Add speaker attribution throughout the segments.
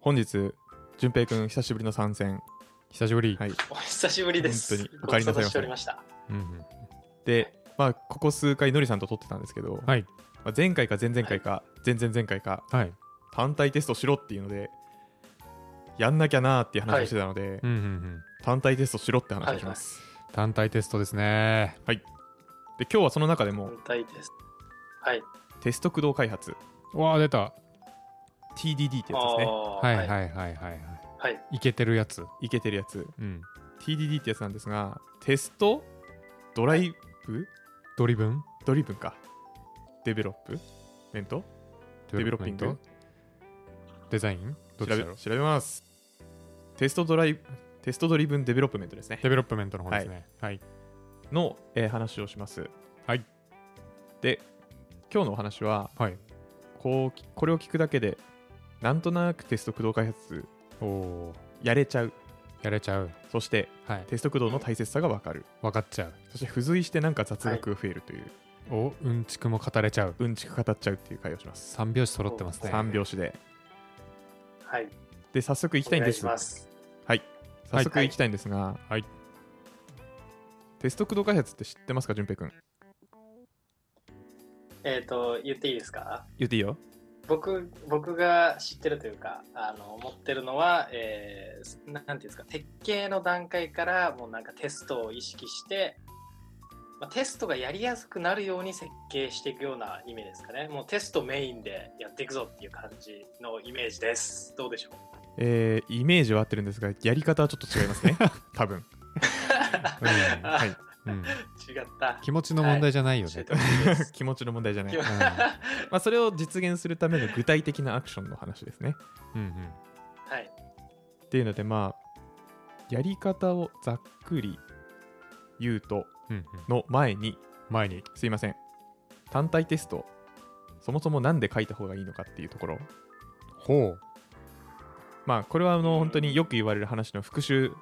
Speaker 1: 本日、淳平くん、久しぶりの参戦。
Speaker 2: 久しぶり。
Speaker 1: はい
Speaker 3: お久しぶりです。
Speaker 1: 本当にお帰りなさいませ
Speaker 3: ご無沙汰しておりました。
Speaker 2: うんうん
Speaker 1: で、まあ、ここ数回、のりさんと撮ってたんですけど、
Speaker 2: はい。
Speaker 1: まあ、前回か前々回か、前々前回か、
Speaker 2: はい。
Speaker 1: 単体テストしろっていうので、やんなきゃなーっていう話をしてたので、
Speaker 2: うんうんうん。
Speaker 1: 単体テストしろって話をします。
Speaker 2: 単体テストですね。
Speaker 1: で、今日はその中でも、
Speaker 3: 本体です。はい。
Speaker 1: テスト駆動開発、
Speaker 2: うわあ、出た。
Speaker 1: TDD ってやつです
Speaker 3: あ
Speaker 1: ね。
Speaker 3: あ
Speaker 2: はいはい
Speaker 3: は
Speaker 2: は
Speaker 3: い。
Speaker 2: いはいは
Speaker 3: はい。
Speaker 2: い。いけてるやつ。
Speaker 1: いけてるやつ。
Speaker 2: うん。
Speaker 1: TDD ってやつなんですが、テスト、ドライブ、
Speaker 2: ドリブン
Speaker 1: ドリブンか。デベロップメントデベロッピング
Speaker 2: デザイン
Speaker 1: 調
Speaker 2: どっちだ
Speaker 1: べ
Speaker 2: ろう
Speaker 1: 調べます。テストドライブ、テストドリブンデベロップメントですね。
Speaker 2: デベロップメントの方ですね。はい。
Speaker 1: の、えー話をします。
Speaker 2: はい。
Speaker 1: で、今日のお話は、
Speaker 2: はい。
Speaker 1: こう、これを聞くだけで、なんとなくテスト駆動開発
Speaker 2: おおー。
Speaker 1: やれちゃう。
Speaker 2: やれちゃう。
Speaker 1: そして、
Speaker 2: はい。
Speaker 1: テスト駆動の大切さがわかる。
Speaker 2: 分かっちゃう。
Speaker 1: そして、付随してなんか雑学が増えるという、
Speaker 2: おうんちくも語れちゃう。
Speaker 1: うんちく語っちゃうっていう会をします。
Speaker 2: 三拍子揃ってますね。
Speaker 1: 3拍子で。
Speaker 3: はい。
Speaker 1: で、早速行き
Speaker 3: お
Speaker 1: たいん
Speaker 3: 願
Speaker 1: で
Speaker 3: い
Speaker 1: す
Speaker 3: し。ます。
Speaker 1: はい。早速行きたいんですが、
Speaker 2: はい
Speaker 1: テスト駆動開発って知ってますか、淳平くん。
Speaker 3: えっと、言っていいですか
Speaker 1: 言っていいよ。
Speaker 3: 僕僕が知ってるというか、あの、思ってるのは、えー、なんていうんですか、設計の段階から、もうなんかテストを意識して、まあ、テストがやりやすくなるように設計していくようなイメージですかね。もうテストメインでやっていくぞっていう感じのイメージです。どうでしょう
Speaker 1: えーイメージは合ってるんですが、やり方はちょっと違いますね。多分。
Speaker 2: うん
Speaker 1: はい
Speaker 2: うん
Speaker 3: 違った。
Speaker 2: 気持ちの問題じゃないよ
Speaker 3: 教え
Speaker 2: ね
Speaker 3: て。ほしいです。
Speaker 1: 気持ちの問題じゃない。
Speaker 3: 今
Speaker 1: ま
Speaker 2: ん
Speaker 3: は
Speaker 1: あ、それを実現するための具体的なアクションの話ですね。
Speaker 2: うんうん。
Speaker 3: い。
Speaker 1: っていうので、まあ、やり方をざっくり言うと
Speaker 2: うんうん。
Speaker 1: の前に、
Speaker 2: 前に。
Speaker 1: すいません。単体テスト、そもそもなんで書いた方がいいのかっていうところ。
Speaker 2: ほう。
Speaker 1: まあ、これはあの本当によく言われる話の復習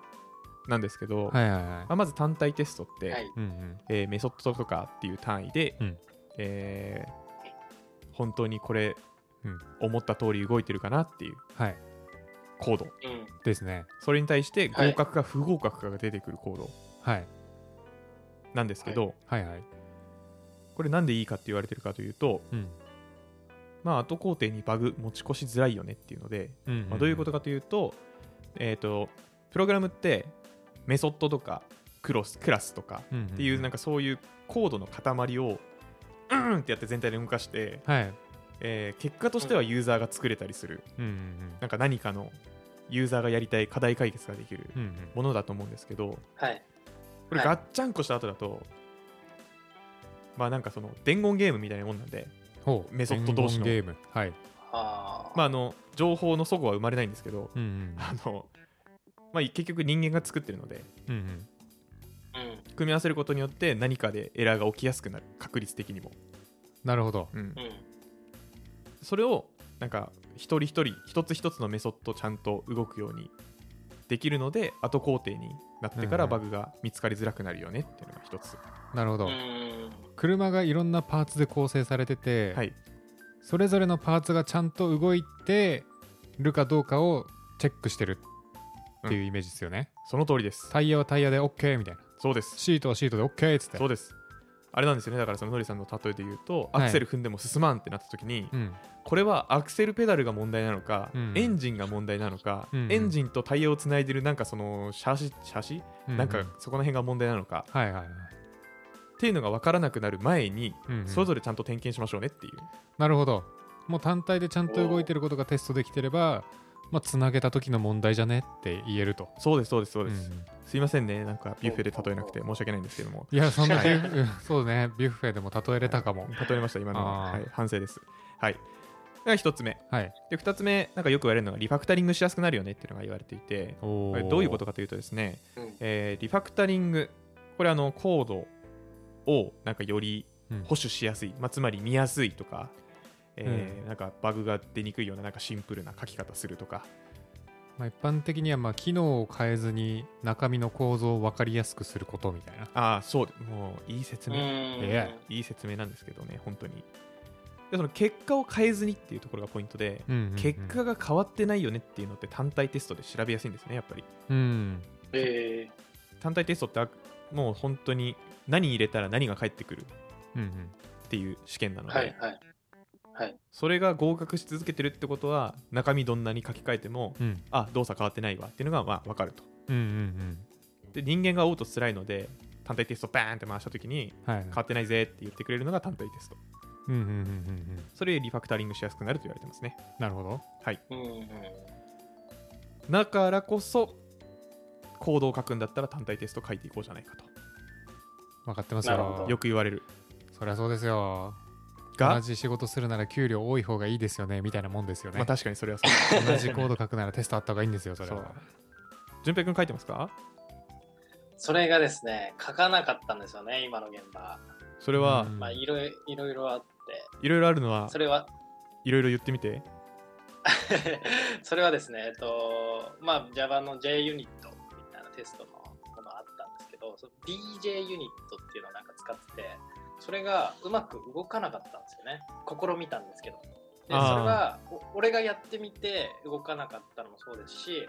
Speaker 1: なんですけど、
Speaker 2: はいはいは
Speaker 1: まあ、まず単体テストって、
Speaker 3: はい。
Speaker 2: い。うんうん。
Speaker 1: えーメソッドとかっていう単位で、
Speaker 2: うん
Speaker 1: えー本当にこれ、
Speaker 2: うん
Speaker 1: 思った通り動いてるかなっていう
Speaker 2: はい。
Speaker 1: コード
Speaker 3: うん。
Speaker 2: ですね。
Speaker 1: それに対して
Speaker 3: はい
Speaker 1: 合格か不合格かが出てくるコード
Speaker 2: はい。
Speaker 1: なんですけど、
Speaker 2: はいはい。
Speaker 1: これなんでいいかって言われてるかというと、
Speaker 2: うん。
Speaker 1: まあ、後工程にバグ持ち越しづらいよねっていうので、
Speaker 2: うん
Speaker 1: まあ、どういうこと
Speaker 2: か。
Speaker 1: かというと,、えー、とプログラムってメソッドとかクロスクラスとか
Speaker 2: っ
Speaker 1: っていうなんか
Speaker 2: か。
Speaker 1: そういうコードの塊をうんってやって全体で動かして、
Speaker 2: はい。
Speaker 1: えー結果としてはユーザーが作れたりする
Speaker 2: うんうん
Speaker 1: なんか何かのユーザーがやりたい課題解決ができる
Speaker 2: うん。うん
Speaker 1: ものだと思うんですけど
Speaker 3: はい。
Speaker 1: これ
Speaker 3: はい
Speaker 1: ガッチャンコした後だとまあなんかその伝言ゲームみたいなもんなんで
Speaker 2: ほう。
Speaker 1: メソッド同士の
Speaker 2: 伝言ゲーム。はい。
Speaker 3: あー
Speaker 1: まああの情報の齟齬は生まれないんですけど
Speaker 2: うんうん
Speaker 1: あのまあ結局人間が作ってるので
Speaker 2: うんうん。
Speaker 3: うん。
Speaker 1: 組み合わせることによって何かでエラーが起きやすくなる確率的にも、
Speaker 2: なるほど。
Speaker 1: うん
Speaker 3: う、ん。
Speaker 1: それをなんか一人一人一つ一つのメソッドちゃんと動くようにできるので後工程になってから
Speaker 2: うんう
Speaker 1: バ
Speaker 2: ん
Speaker 1: グが見つかりづらくなるよねっていうのが一つ、
Speaker 2: なるほど。
Speaker 3: うん。
Speaker 2: 車がいろんなパーツで構成されてて、
Speaker 1: はい
Speaker 2: それぞれのパーツがちゃんと動いてるかどうかをチェックしてるっていうイメージですよね。
Speaker 1: その通りです
Speaker 2: タイヤはタイヤで OK みたいな。
Speaker 1: そうです
Speaker 2: シートはシートで OK っつって。
Speaker 1: そうですあれなんですよねだからそのノリさんの例えで言うと、
Speaker 2: はい
Speaker 1: アクセル踏んでも進まんってなった時に、
Speaker 2: うん。
Speaker 1: これはアクセルペダルが問題なのか、
Speaker 2: うん
Speaker 1: エンジンが問題なのか、
Speaker 2: うんうん
Speaker 1: エンジンとタイヤをつないでるなんかそのシャシシャシ、
Speaker 2: う
Speaker 1: なんかそこら辺が問題なのか
Speaker 2: はいはいは
Speaker 1: っ
Speaker 2: い。
Speaker 1: ていうのが分からなくなる前に、
Speaker 2: うんうん
Speaker 1: それぞれちゃんと点検しましょうねっていう
Speaker 2: なるほど。もう単体でちゃんと動いてることがテストできてれば、まあ、つなげた時の問題じゃねって言えると。
Speaker 1: そうですそうですそう
Speaker 2: う
Speaker 1: で
Speaker 2: ん
Speaker 1: す、すいませんね、なんかビュッフェで例えなくて申し訳ないんですけども、
Speaker 2: いや、そんな
Speaker 3: はい
Speaker 2: ビュッフェ、うん そうね、ビュッフェでも例えれたかも。
Speaker 1: 例えました、今のは、
Speaker 2: あ
Speaker 1: は
Speaker 2: ー
Speaker 1: い、反省です。はい。が1つ目。
Speaker 2: はい。
Speaker 1: で、2つ目、なんかよく言われるのが、リファクタリングしやすくなるよねっていうのが言われていて、こ
Speaker 2: おー
Speaker 1: れどういうことかというとですね、
Speaker 3: うん。
Speaker 1: えーリファクタリング、これ、あの、コードをなんかより
Speaker 2: うん
Speaker 1: 保守しやすい、まあ、つまり見やすいとか、えー
Speaker 2: う
Speaker 1: なんかバグが出にくいような、なんかシンプルな書き方するとか、
Speaker 2: まあ、一般的にはまあ機能を変えずに中身の構造を分かりやすくすることみたいな。
Speaker 1: ああ、そう、もういい説
Speaker 3: う
Speaker 1: 明、
Speaker 3: ん。
Speaker 2: え
Speaker 1: いい説明なんですけどね、本当に。でその結果を変えずにっていうところがポイントで、
Speaker 2: うんうんうん
Speaker 1: 結果が変わってないよねっていうのって単体テストで調べやすいんですねやっぱり
Speaker 2: うん
Speaker 3: え
Speaker 1: 単体テストってあもう本当に何入れたら何が返ってくる
Speaker 2: うんうん
Speaker 1: っていう試験なの
Speaker 3: ー、
Speaker 1: で、
Speaker 3: はいはい。はい。
Speaker 1: それが合格し続けてるってことは中身どんなに書き換えても
Speaker 2: うん
Speaker 1: あ動作変わってないわっていうのがまあ分かると
Speaker 2: うんうん
Speaker 1: で人間が追うと辛いので単体テストバーンって回した時に
Speaker 2: うんはい
Speaker 1: 変わってないぜって言ってくれるのが単体テスト
Speaker 2: うんうんうんうんうん
Speaker 1: それでリファクタリングしやすくなると言われてますね
Speaker 2: なるほど
Speaker 1: はい
Speaker 3: うんうん。
Speaker 1: だからこそコードを書くんだったら単体テスト書いていこうじゃないか
Speaker 2: 分かってますよ
Speaker 3: なるほ
Speaker 1: と
Speaker 3: ど
Speaker 1: よく言われる
Speaker 2: そりゃそうですよ同
Speaker 1: が、
Speaker 2: じ仕事するなら給料多い方がいいですよねみたいなもんですよね、
Speaker 1: まあ確かにそれはそう
Speaker 2: 同じコード書くならテストあった方がいいんですよ それ
Speaker 1: そう
Speaker 2: は
Speaker 1: 順平くん書いてますか
Speaker 3: それがですね、書かなかったんですよね、今の現場。
Speaker 1: それは
Speaker 2: うん
Speaker 3: まあ、いろいいろいろあって、
Speaker 1: いろいろあるのは
Speaker 3: それは、
Speaker 1: いろいろ言ってみて
Speaker 3: それはですね、えっと、まあ、Java の JUnit みたいなテストのものがあったんですけど、その DJUnit っていうのをなんか使ってて、それがうまく動かなかったんですよね。試みたんですけど。で、それ
Speaker 1: あー
Speaker 3: は、お俺がやってみて動かなかったのもそうですし、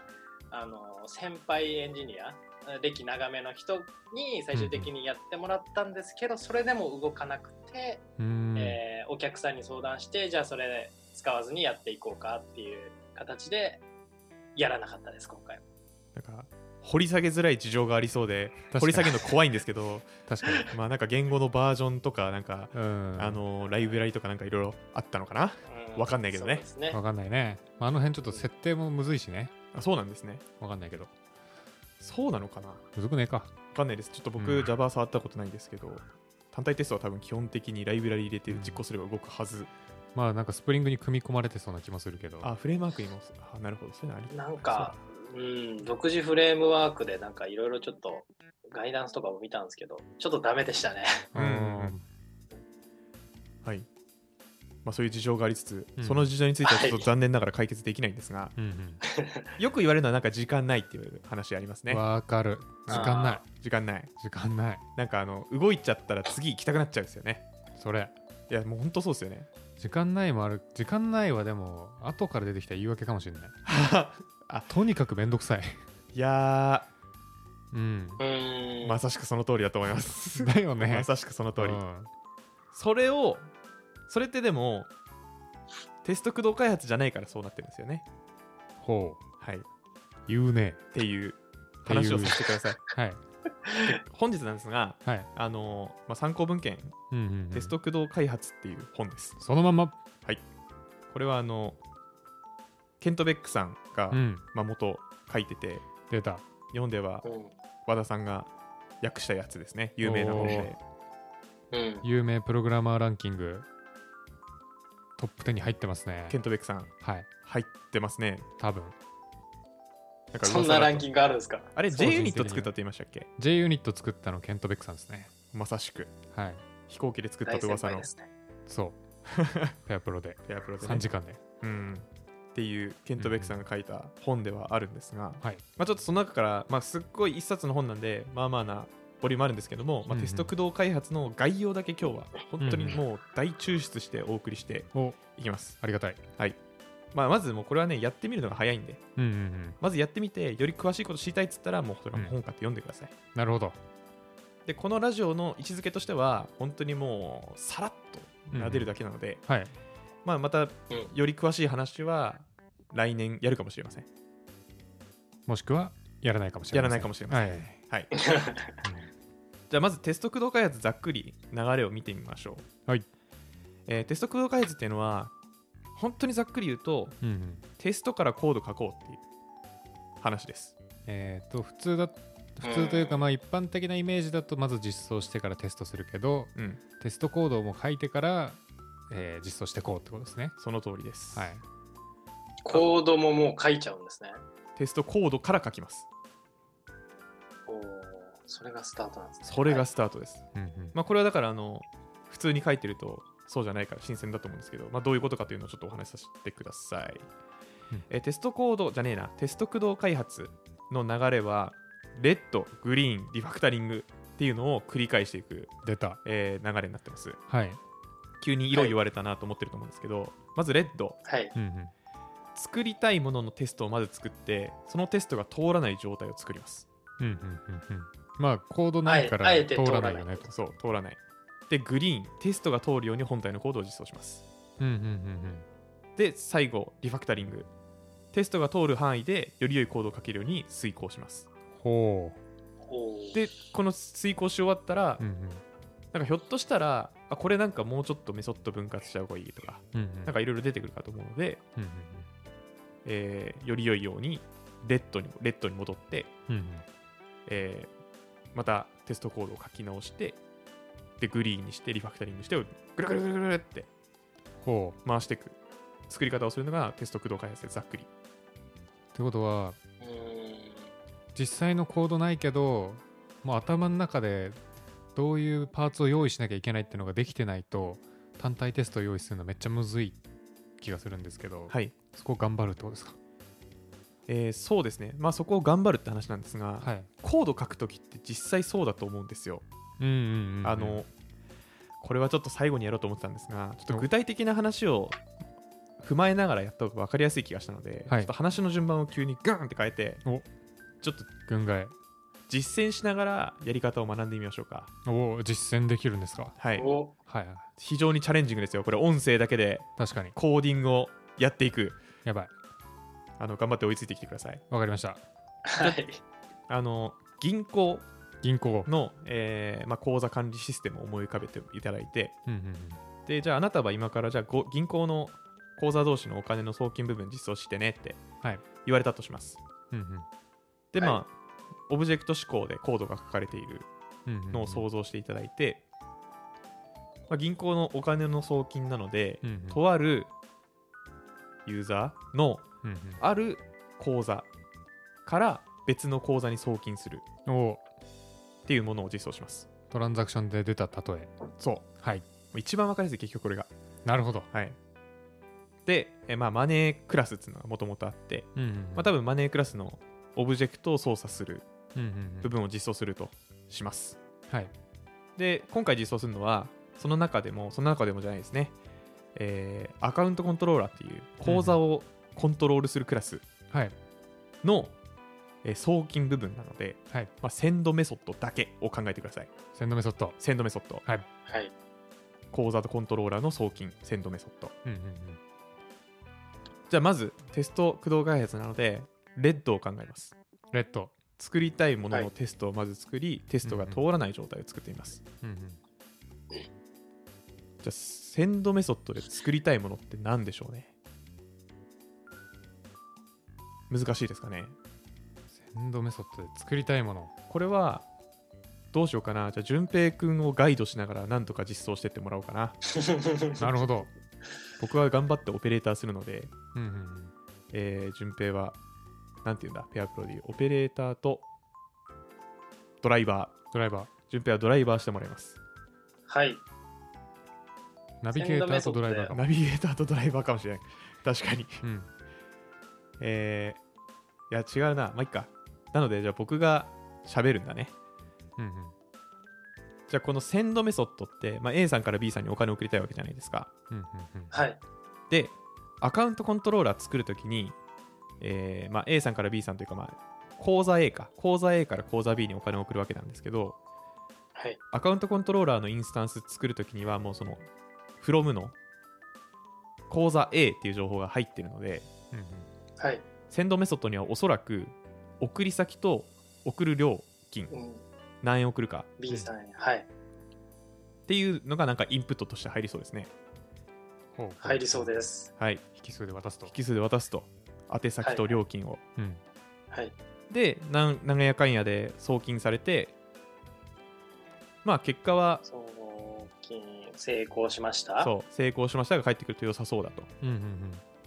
Speaker 3: あの、先輩エンジニア、歴長めの人に最終的にやってもらったんですけど、それでも動かなくて、
Speaker 2: うん
Speaker 3: えーお客さんに相談してじゃあそれ使わずにやっていこうかっていう形でやらなかったです今回
Speaker 1: なんか掘り下げづらい事情がありそうで
Speaker 2: 確かに
Speaker 1: 掘り下げるの怖いんですけ ど
Speaker 2: 確かに
Speaker 1: まあなんか言語のバージョンとかなんか、
Speaker 2: うん
Speaker 1: あのライブラリとかなんかいろいろあったのかな
Speaker 3: は、
Speaker 1: わかんないけどね
Speaker 3: そうですね
Speaker 2: わかんないね、まあ、あの辺ちょっと設定もむずいしね
Speaker 1: あそうなんですね
Speaker 2: わかんないけど
Speaker 1: そうなのかなわ
Speaker 2: むずくねえか
Speaker 1: かんないですちょっと僕、
Speaker 2: うん
Speaker 1: Java 触ったことないんですけど単体テストは多分基本的にライブラリ入れて実行すれば動くはず、
Speaker 2: まあなんかスプリングに組み込まれてそうな気もするけど
Speaker 1: あフレームワークにもあなるほどそういうのあり
Speaker 3: なんかうん独自フレームワークでなんかいろいろちょっとガイダンスとかも見たんですけどちょっとダメで したね
Speaker 1: うんはい、まあ、そういう事情がありつつ、
Speaker 2: うん
Speaker 1: その事情についてはちょっ
Speaker 3: は
Speaker 1: と
Speaker 3: い
Speaker 1: 残念ながら解決できないんですが、
Speaker 2: うんうん
Speaker 1: よく言われるのはなんか時間ないっていう話ありますね
Speaker 2: わ、かる時間ない
Speaker 1: 時間ない
Speaker 2: 時間ない
Speaker 1: なんかあの動いちゃったら次行きたくなっちゃうんですよね
Speaker 2: それ
Speaker 1: いやもうほんとそうですよ ね
Speaker 2: 時間ないもある時間ないはでも後から出てきた言い訳かもしれないとにかくめんどくさい
Speaker 1: いや
Speaker 2: うん
Speaker 3: うー
Speaker 1: ー
Speaker 3: ん、
Speaker 1: まさしくその通りだと思います
Speaker 2: だよね
Speaker 1: まさしくその通り、
Speaker 2: うん
Speaker 1: それをそれってでもテスト駆動開発じゃないからそうなってるんですよね
Speaker 2: ほう
Speaker 1: はいっ
Speaker 2: 言うね
Speaker 1: ていう話を
Speaker 2: っていう
Speaker 1: させてください
Speaker 2: はい
Speaker 1: 本日なんですが
Speaker 2: はい、
Speaker 1: あのーまあ、参考文献
Speaker 2: うんうんうん
Speaker 1: テスト駆動開発っていう本です。
Speaker 2: そのまんま
Speaker 1: これはあのケント・ベックさんが、
Speaker 2: うん
Speaker 1: まあ、元書いてて、
Speaker 2: 出た
Speaker 1: 日本では
Speaker 3: うん
Speaker 1: 和田さんが訳したやつですね、有名な本で。
Speaker 3: うん、
Speaker 2: 有名プログラマーランキングトップ10に入ってますね
Speaker 1: ケント・ベックさん、
Speaker 2: はい
Speaker 1: 入ってますね。
Speaker 2: 多分
Speaker 1: なんか噂だと
Speaker 3: そんなランキングあるんですか
Speaker 1: あれ、
Speaker 2: そう
Speaker 1: J ユニッ
Speaker 2: 人
Speaker 1: ト
Speaker 2: 生的に
Speaker 1: 作ったって言いましたっけ
Speaker 2: J ユニット作ったのケント・ベックさんですね
Speaker 1: まさしく、
Speaker 2: はい
Speaker 1: 飛行機で作った
Speaker 3: 大
Speaker 1: と
Speaker 3: 先
Speaker 1: 噂
Speaker 3: 輩
Speaker 1: の
Speaker 3: ですね
Speaker 2: そう ペアプロで
Speaker 1: ペアプロでね、
Speaker 2: 3時間で
Speaker 1: うん。っていうケント・ベックさんが書いた本ではあるんですが、
Speaker 2: はい
Speaker 1: まあ、ちょっとその中から、まあ、すっごい一冊の本なんで、まあまあなボリュームあるんですけども、ま
Speaker 2: う
Speaker 1: あ、
Speaker 2: んうん
Speaker 1: テスト駆動開発の概要だけ今日は、本当にもう大抽出してお送りして
Speaker 2: お
Speaker 1: いきます。
Speaker 2: ありがたい
Speaker 1: まあ、まずもうこれはね、やってみるのが早いんで、
Speaker 2: うんうんうん
Speaker 1: まずやってみて、より詳しいこと知りたいっつったら、もうそれはもう
Speaker 2: う
Speaker 1: 本買って読んでください。
Speaker 2: なるほど
Speaker 1: で、このラジオの位置づけとしては、本当にもう、さらっと撫でるだけなので、
Speaker 2: はい
Speaker 1: まあ、また、より詳しい話は、来年やるかもしれません。
Speaker 2: もしくはやらないかもしれませ
Speaker 1: やらない
Speaker 2: ん
Speaker 1: かもしれませ
Speaker 2: ん、はい
Speaker 1: はい。じゃあまずテスト駆動開発ざっくり流れを見てみましょう。
Speaker 2: はい
Speaker 1: えーテスト駆動開発っていうのは本当にざっくり言うと
Speaker 2: うんうん
Speaker 1: テストからコード書こうっていう話です。
Speaker 2: えっ、と普通だ普通というかまあ一般的なイメージだとまず実装してからテストするけど
Speaker 1: うん、
Speaker 2: テストコードも書いてから、えー実装してこうってことですね
Speaker 1: その通りです。
Speaker 2: はい
Speaker 3: コードももう書いちゃうんですね
Speaker 1: テストコードから書きます。
Speaker 3: おーそれがスタートなんですね
Speaker 1: それがスタートです。
Speaker 2: うんうん
Speaker 1: まあこれはだからあの普通に書いてるとそうじゃないから新鮮だと思うんですけど、まあ、どういうことかというのをちょっとお話しさせてください、
Speaker 2: うん
Speaker 1: えーテストコードじゃねえなテスト駆動開発の流れはレッドグリーンリファクタリングっていうのを繰り返していく、
Speaker 2: 出た
Speaker 1: えー流れになってます
Speaker 2: はい
Speaker 1: 急に色言われたなと思ってると思うんですけど、まずレッド
Speaker 3: はい。
Speaker 2: うんうん
Speaker 1: 作りたいもののテストをまず作ってそのテストが通らない状態を作ります
Speaker 2: うんうんうんうんまあコードないから
Speaker 3: あえあえ
Speaker 2: 通
Speaker 3: て
Speaker 2: らないよねと。
Speaker 1: そう通らないでグリーンテストが通るように本体のコードを実装します
Speaker 2: うんうんうん
Speaker 1: で最後リファクタリングテストが通る範囲でより良いコードを書けるように遂行します
Speaker 2: うん。ほ
Speaker 3: おー
Speaker 1: でこの遂行し終わったら、
Speaker 2: う。うんうん
Speaker 1: なんかひょっとしたらあこれなんかもうちょっとメソッド分割した方がいいとか
Speaker 2: うんうん。
Speaker 1: なんかいろいろ出てくるかと思うので、
Speaker 2: うんうん
Speaker 1: えーより良いようにレッドにレッドに戻って、
Speaker 2: うん。うん
Speaker 1: えーまたテストコードを書き直してでグリーンにしてリファクタリングしてぐるぐるぐるぐるぐるって
Speaker 2: ほ
Speaker 1: 回していく作り方をするのがテスト駆動開発でざっくり
Speaker 2: う。ってことは
Speaker 3: うー
Speaker 2: 実際のコードないけどもう頭の中でどういうパーツを用意しなきゃいけないっていうのができてないと単体テストを用意するのめっちゃむずい気がするんですけど、
Speaker 1: はい、
Speaker 2: そこ頑張るってことですか
Speaker 1: えーそうですねまあそこを頑張るって話なんですが、
Speaker 2: はい。
Speaker 1: コード書くときって実際そうだと思うんですよ
Speaker 2: うんうんうん。
Speaker 1: あのこれはちょっと最後にやろうと思ってたんですがちょっと具体的な話を踏まえながらやった方が分かりやすい気がしたので、
Speaker 2: はい
Speaker 1: ちょっと話の順番を急にガーンって変えて
Speaker 2: お
Speaker 1: ちょっと
Speaker 2: 軍外
Speaker 1: 実践しながらやり方を学んでみましょうか
Speaker 2: おー実践できるんですか
Speaker 1: は
Speaker 3: ん
Speaker 1: い
Speaker 3: お
Speaker 2: はいはい。
Speaker 1: 非常にチャレンジングですよこれ音声だけで
Speaker 2: 確かに。
Speaker 1: コーディングをやっていく
Speaker 2: やばい。
Speaker 1: あの頑張って追いついてきてください
Speaker 2: わかりました。
Speaker 3: はい。
Speaker 1: あの銀行
Speaker 2: 銀行。
Speaker 1: の、えーまあ、口座管理システムを思い浮かべていただいて
Speaker 2: うんうんうん。
Speaker 1: でじゃああなたは今からじゃあご銀行の口座同士のお金の送金部分実装してねって
Speaker 2: はい
Speaker 1: 言われたとします、
Speaker 2: うんうん。
Speaker 1: で
Speaker 3: はい
Speaker 1: まあ、オブジェクト指向でコードが書かれているのを想
Speaker 2: 像、
Speaker 1: 像していただいて、まあ、銀行のお金の送金なので、
Speaker 2: うんうん
Speaker 1: とあるユーザーの
Speaker 2: うん
Speaker 1: ある口座から別の口座に送金する
Speaker 2: うん、お
Speaker 1: っていうものを実装します
Speaker 2: トランザクションで出た例え
Speaker 1: そう
Speaker 2: はい
Speaker 1: 一番わかりやすい結局これが
Speaker 2: なるほど、
Speaker 1: はいで、えまあ、マネークラスっていうのがもともとあって、
Speaker 2: うんうん
Speaker 1: まあ、多分マネークラスのオブジェクトを操作する
Speaker 2: うんうんう
Speaker 1: 部
Speaker 2: ん、
Speaker 1: 分を実装するとします
Speaker 2: はい
Speaker 1: で今回実装するのはその中でもその中でもじゃないですね、えーアカウントコントローラーっていう口座をコントロールするクラス
Speaker 2: はい
Speaker 1: の、えー送金部分なので、
Speaker 2: はい
Speaker 1: まあ、センドメソッドだけを考えてください
Speaker 2: センドメソッド
Speaker 1: センドメソッド
Speaker 3: はい。
Speaker 1: 口座とコントローラーの送金センドメソッド
Speaker 2: うんうんうん
Speaker 1: じゃあまずテスト駆動開発なのでレッドを考えます
Speaker 2: レッド
Speaker 1: 作りたいもの
Speaker 3: は
Speaker 1: の
Speaker 3: い
Speaker 1: テストをまず作り、テストが通らない状態を作っています、
Speaker 2: うんうん
Speaker 1: じゃあセンドメソッドで作りたいものって何でしょうね難しいですかね
Speaker 2: センドメソッドで作りたいもの
Speaker 1: これはどうしようかなじゃあ順平君をガイドしながら何とか実装してってもらおうかな
Speaker 2: なるほど、
Speaker 1: 僕は頑張ってオペレーターするので、
Speaker 2: うんうんうん、
Speaker 1: えー、順平はなんて言うんだペアプロディオペレーターとドライバー
Speaker 2: ドライバー
Speaker 1: 順平はドライバーしてもらいます
Speaker 3: はい。
Speaker 2: ナビゲーターとドライバーかも、
Speaker 1: ナビゲーターとドライバーかもしれない確かに
Speaker 2: うん、
Speaker 1: えー、いや違うなまあいっかなのでじゃあ僕が喋るんだね
Speaker 2: うんうん
Speaker 1: じゃあこのセンドメソッドって、まあ、A さんから B さんにお金を送りたいわけじゃないですか
Speaker 2: うんうんうん
Speaker 3: はい。
Speaker 1: でアカウントコントローラー作るときに、えーまあ、A さんから B さんというか、まあ、口座 A か口座 A から口座 B にお金を送るわけなんですけど
Speaker 3: はい。
Speaker 1: アカウントコントローラーのインスタンス作るときにはもうその from の口座 A っていう情報が入ってるので
Speaker 2: うんうん
Speaker 3: はい。
Speaker 1: センドメソッドにはおそらく送り先と送る料金
Speaker 3: うん。
Speaker 1: 何円送るか
Speaker 3: B さんに。はい。
Speaker 1: っていうのがなんかインプットとして入りそうですね
Speaker 2: ほうほう
Speaker 3: 入りそうです。
Speaker 1: はい
Speaker 2: 引数で渡すと、
Speaker 1: 引数で渡すと宛先と料金を、
Speaker 2: うん、
Speaker 3: はい。
Speaker 1: でなんなんやかんやで送金されてまあ結果は
Speaker 3: 送金成功しました。
Speaker 1: そう成功しましたが返ってくると良さそうだと
Speaker 2: うんうんうん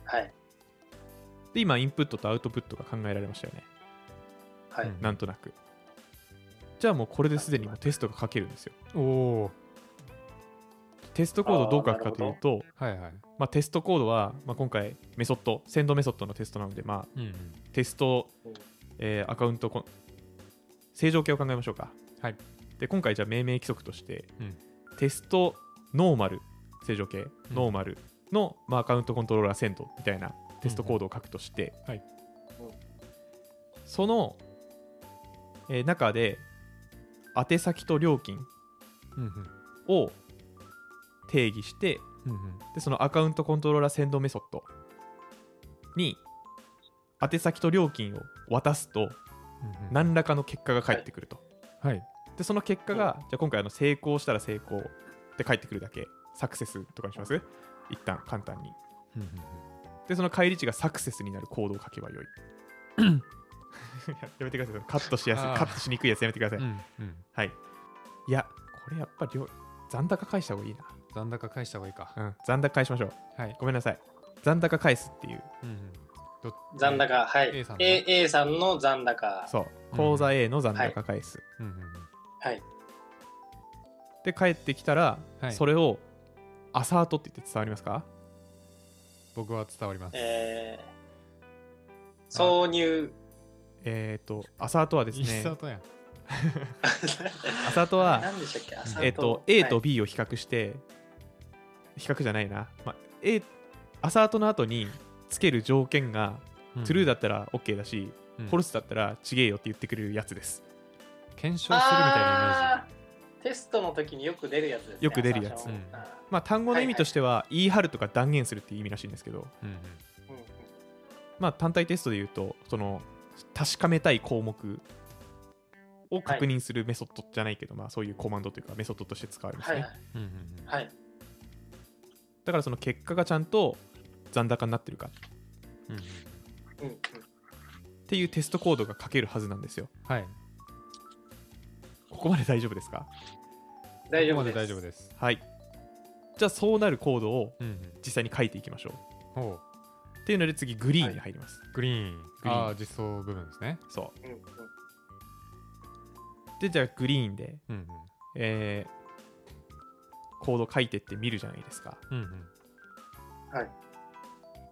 Speaker 3: はい。
Speaker 1: で今インプットとアウトプットが考えられましたよね
Speaker 3: はい。
Speaker 2: うん
Speaker 1: なんとなくじゃあもうこれですでにもうテストが書けるんですよ
Speaker 2: おお
Speaker 1: テストコードをどう書くかというと
Speaker 2: はいはい、
Speaker 1: まあ、テストコードは、まあ、今回メソッドセンドメソッドのテストなので、ま
Speaker 2: うんうん、
Speaker 1: あ、テスト
Speaker 3: うん、
Speaker 1: えーアカウントコン正常形を考えましょうか
Speaker 2: はい
Speaker 1: で今回じゃあ命名規則として、
Speaker 2: うん
Speaker 1: テストノーマル正常形、ノーマルの、まあ、アカウントコントローラー1000みたいなテストコードを書くとして、
Speaker 2: うんはい
Speaker 3: うん
Speaker 1: その、えー中で宛先と料金
Speaker 2: うん
Speaker 1: を定義して
Speaker 2: うんうん
Speaker 1: でそのアカウントコントローラー先導メソッドに宛先と料金を渡すと
Speaker 2: うんうん
Speaker 1: 何らかの結果が返ってくると、
Speaker 2: はい
Speaker 1: でその結果がじゃあ今回あの成功したら成功って返ってくるだけサクセスとかにします一旦簡単に
Speaker 2: うんうん
Speaker 1: でその返り値がサクセスになるコードを書けばよい やめてくださいカットしやすい
Speaker 2: あー
Speaker 1: カットしにくいやつやめてください、
Speaker 2: うんうんうん
Speaker 1: はいいやこれやっぱり残高返した方がいいな、
Speaker 2: 残高返した方がいいか
Speaker 1: うん、残高返しましょう
Speaker 2: はい
Speaker 1: ごめんなさい残高返すっていう
Speaker 2: うんうんど
Speaker 3: 残高、はい。
Speaker 2: A さんの
Speaker 3: A, A さんの残高。
Speaker 1: そう
Speaker 2: うん
Speaker 1: 口座 A の残高返す、
Speaker 2: うんうんうん
Speaker 3: はい。
Speaker 1: で帰ってきたら、
Speaker 2: はい
Speaker 1: それをアサートって言って伝わりますか
Speaker 2: 僕は伝わります
Speaker 3: えー、挿入。
Speaker 1: えっ、とアサートはです
Speaker 2: 一
Speaker 1: ね
Speaker 2: サートやん
Speaker 1: アサートは
Speaker 3: 何でしたっけ朝
Speaker 1: えっ、と A と
Speaker 3: はい
Speaker 1: B を比較して、比較じゃないな、まあ、A アサートの後につける条件が、トゥルーだったら OK だし、
Speaker 2: うん
Speaker 1: フォルスだったらちげえよって言ってくれるやつです
Speaker 2: 検証するみたいな
Speaker 3: あーテストの時によく出るやつですね。
Speaker 1: よく出るやつ
Speaker 3: 朝の
Speaker 2: うん
Speaker 3: あ
Speaker 1: まあ単語の意味としては、言い張るとか断言するっていう意味らしいんですけど
Speaker 2: イメージうんうん
Speaker 3: ーうんうん
Speaker 1: まあ単体テストで言うとその確かめたい項目を確認するメソッドじゃないけど、まあそういうコマンドというかメソッドとして使われます
Speaker 3: は
Speaker 1: ね、
Speaker 3: いはい。
Speaker 2: うんうんうん
Speaker 3: はい。
Speaker 1: だからその結果がちゃんと残高になってるかっ
Speaker 2: うんうん
Speaker 3: うんうん
Speaker 1: ていうテストコードが書けるはずなんですよ
Speaker 2: はい
Speaker 1: ここまで大丈夫ですか
Speaker 3: 大丈
Speaker 2: ここまで
Speaker 3: 夫です。
Speaker 2: 大丈夫です
Speaker 1: はい。じゃあそうなるコードを
Speaker 2: うんうん
Speaker 1: 実際に書いていきましょう。
Speaker 2: ほ
Speaker 1: っていうので次グリーンに入ります。
Speaker 2: うグリーン
Speaker 1: グリーン
Speaker 2: ああ実装部分ですね
Speaker 1: そう。
Speaker 3: うんうん
Speaker 1: でじゃあグリーンで、
Speaker 2: うん
Speaker 1: えーコード書いてって見るじゃないですか。
Speaker 2: うんうんうん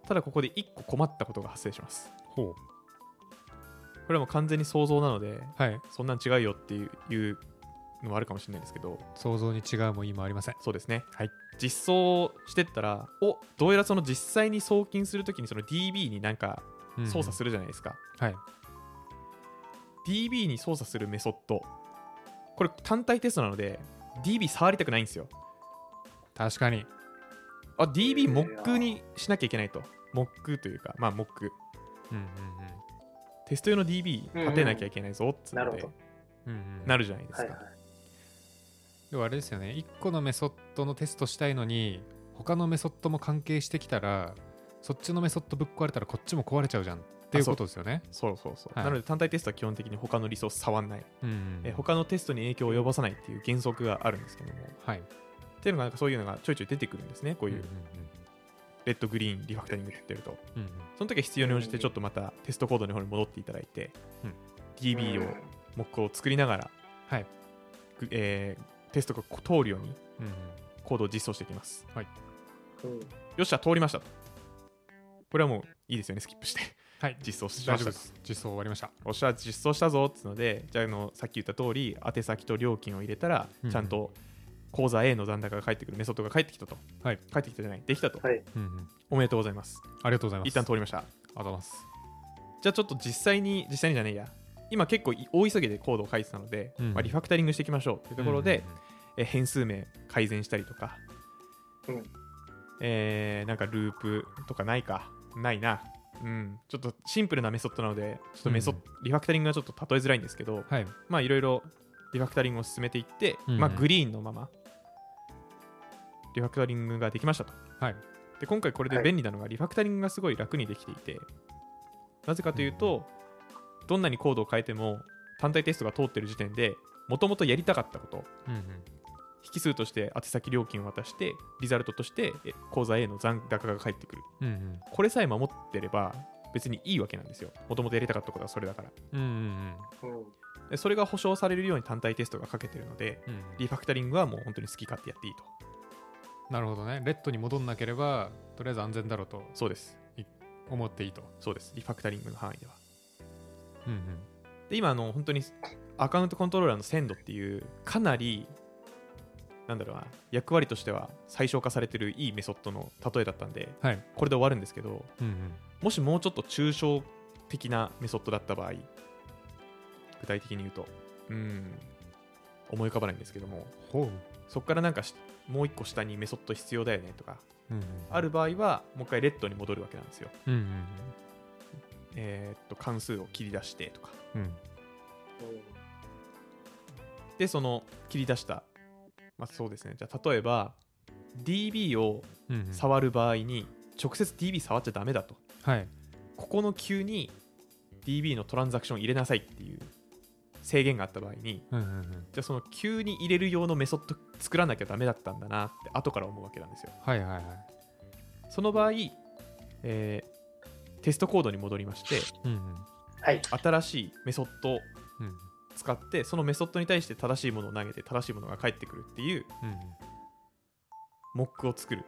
Speaker 1: ただここで1個困ったことが発生します。
Speaker 2: ほ
Speaker 1: これはもう完全に想像なので
Speaker 2: うはい
Speaker 1: そんなん違うよっていういうのもあるかもしれないですけど
Speaker 2: 想像に違うも今ありません
Speaker 1: そうですね。
Speaker 2: はい
Speaker 1: 実装してったらおどうやらその実際に送金するときにその DB になんか操作するじゃないですか。
Speaker 2: るはい
Speaker 1: DB に操作するメソッドこれ単体テストなので DB 触りたくないんですよ
Speaker 2: 確かに
Speaker 1: あ DB モックにしなきゃいけないとモックというかまあモック
Speaker 2: うん
Speaker 1: テスト用の DB
Speaker 3: うんうん
Speaker 1: 立てなきゃいけないぞっつって
Speaker 3: なるほど
Speaker 2: うんうんうんうん
Speaker 1: なるじゃないですか、
Speaker 3: はいはい。
Speaker 2: でもあれですよね1個のメソッドのテストしたいのに他のメソッドも関係してきたらそっちのメソッドぶっ壊れたらこっちも壊れちゃうじゃんっていうことですよね
Speaker 1: そうそうそう、
Speaker 2: はい
Speaker 1: なので単体テストは基本的に他のリソース触んない、
Speaker 2: うんうん
Speaker 1: え他のテストに影響を及ぼさないっていう原則があるんですけども
Speaker 2: はい
Speaker 1: っていうのがなんかそういうのがちょいちょい出てくるんですねこういううんレッドグリーンリファクタリングってやってると
Speaker 2: うんうん
Speaker 1: その時は必要に応じてちょっとまたテストコードの方に戻っていただいて、
Speaker 2: うん
Speaker 1: DB をモックを作りながら
Speaker 2: はい
Speaker 1: ぐえーテストが通るように
Speaker 2: うんうん
Speaker 1: コードを実装していきます。
Speaker 3: うんうん
Speaker 1: よっしゃ、通りましたと。これはもういいですよね、スキップして。
Speaker 2: はい
Speaker 1: 実装し
Speaker 2: 大
Speaker 1: ました
Speaker 2: 丈夫で
Speaker 1: と。
Speaker 2: す実装終わりました
Speaker 1: おっしゃ、実装したぞっつので、じゃああの、さっき言った通り、宛先と料金を入れたら、
Speaker 2: うん
Speaker 1: ちゃんと口座 A の残高が返ってくるメソッドが返ってきたと。
Speaker 2: はい
Speaker 1: 返ってきたじゃない、できたと。
Speaker 3: はい。
Speaker 2: うんうん
Speaker 1: おめでとうございます。
Speaker 2: ありがとうございます
Speaker 1: 一旦通りました。
Speaker 2: ありがとうございます
Speaker 1: じゃあちょっと実際に、実際にじゃねえや。今結構い大急ぎでコードを書いてたので、
Speaker 2: うん
Speaker 1: まあ、リファクタリングしていきましょうというところで、
Speaker 2: うんうん
Speaker 1: えー変数名改善したりとか、
Speaker 3: うん
Speaker 1: えーなんかループとかないかないなうんちょっとシンプルなメソッドなのでちょっとメソッ、
Speaker 2: うん
Speaker 1: リファクタリングがちょっと例えづらいんですけど
Speaker 2: はい
Speaker 1: まあいろいろリファクタリングを進めていって、
Speaker 2: うんうん
Speaker 1: まあグリーンのままリファクタリングができましたと
Speaker 2: はい
Speaker 1: で今回これで便利なのが、リファクタリングがすごい楽にできていてなぜかというと、どんなにコードを変えても単体テストが通ってる時点でもともとやりたかったこと
Speaker 2: うんうん
Speaker 1: 引数として宛先料金を渡してリザルトとしてえ口座への残高が返ってくる
Speaker 2: うん
Speaker 1: これさえ守ってれば別にいいわけなんですよもともとやりたかったことはそれだから
Speaker 2: うんうんうん
Speaker 3: うん
Speaker 1: でそれが保証されるように単体テストがかけてるので
Speaker 2: うんうん
Speaker 1: リファクタリングはもう本当に好き勝手やっていいと
Speaker 2: なるほどねレッドに戻んなければとりあえず安全だろうと
Speaker 1: そうです
Speaker 2: 思っていいと
Speaker 1: そうですリファクタリングの範囲では
Speaker 2: うんうん
Speaker 1: で今あの本当にアカウントコントローラーの鮮度っていうかなりなんだろうな役割としては最小化されてるいいメソッドの例えだったんで
Speaker 2: はい。
Speaker 1: これで終わるんですけど
Speaker 2: うんうん。
Speaker 1: もしもうちょっと抽象的なメソッドだった場合具体的に言うとうん思い浮かばないんですけども
Speaker 2: ほう。
Speaker 1: そこからなんかしもう一個下にメソッド必要だよねとか
Speaker 2: うんうん、
Speaker 1: ある場合はもう一回レッドに戻るわけなんですよ。
Speaker 2: うんうん
Speaker 1: えーっと関数を切り出してとか
Speaker 2: うんうん
Speaker 1: でその切り出した、まあ、そうですねじゃあ例えば DB を
Speaker 2: うんうん
Speaker 1: 触る場合に直接 DB 触っちゃダメだと
Speaker 2: はい
Speaker 1: ここの急に DB のトランザクション入れなさいっていう制限があった場合に
Speaker 2: うんうんうん
Speaker 1: じゃあその急に入れる用のメソッド作らなきゃダメだったんだなって後から思うわけなんですよ
Speaker 2: はいはいはい
Speaker 1: その場合、えーテストコードに戻りまして
Speaker 2: うんうん
Speaker 3: はい。
Speaker 1: 新しいメソッドを
Speaker 2: うん
Speaker 1: 使ってそのメソッドに対して正しいものを投げて正しいものが返ってくるっていう
Speaker 2: うんうん
Speaker 1: モックを作る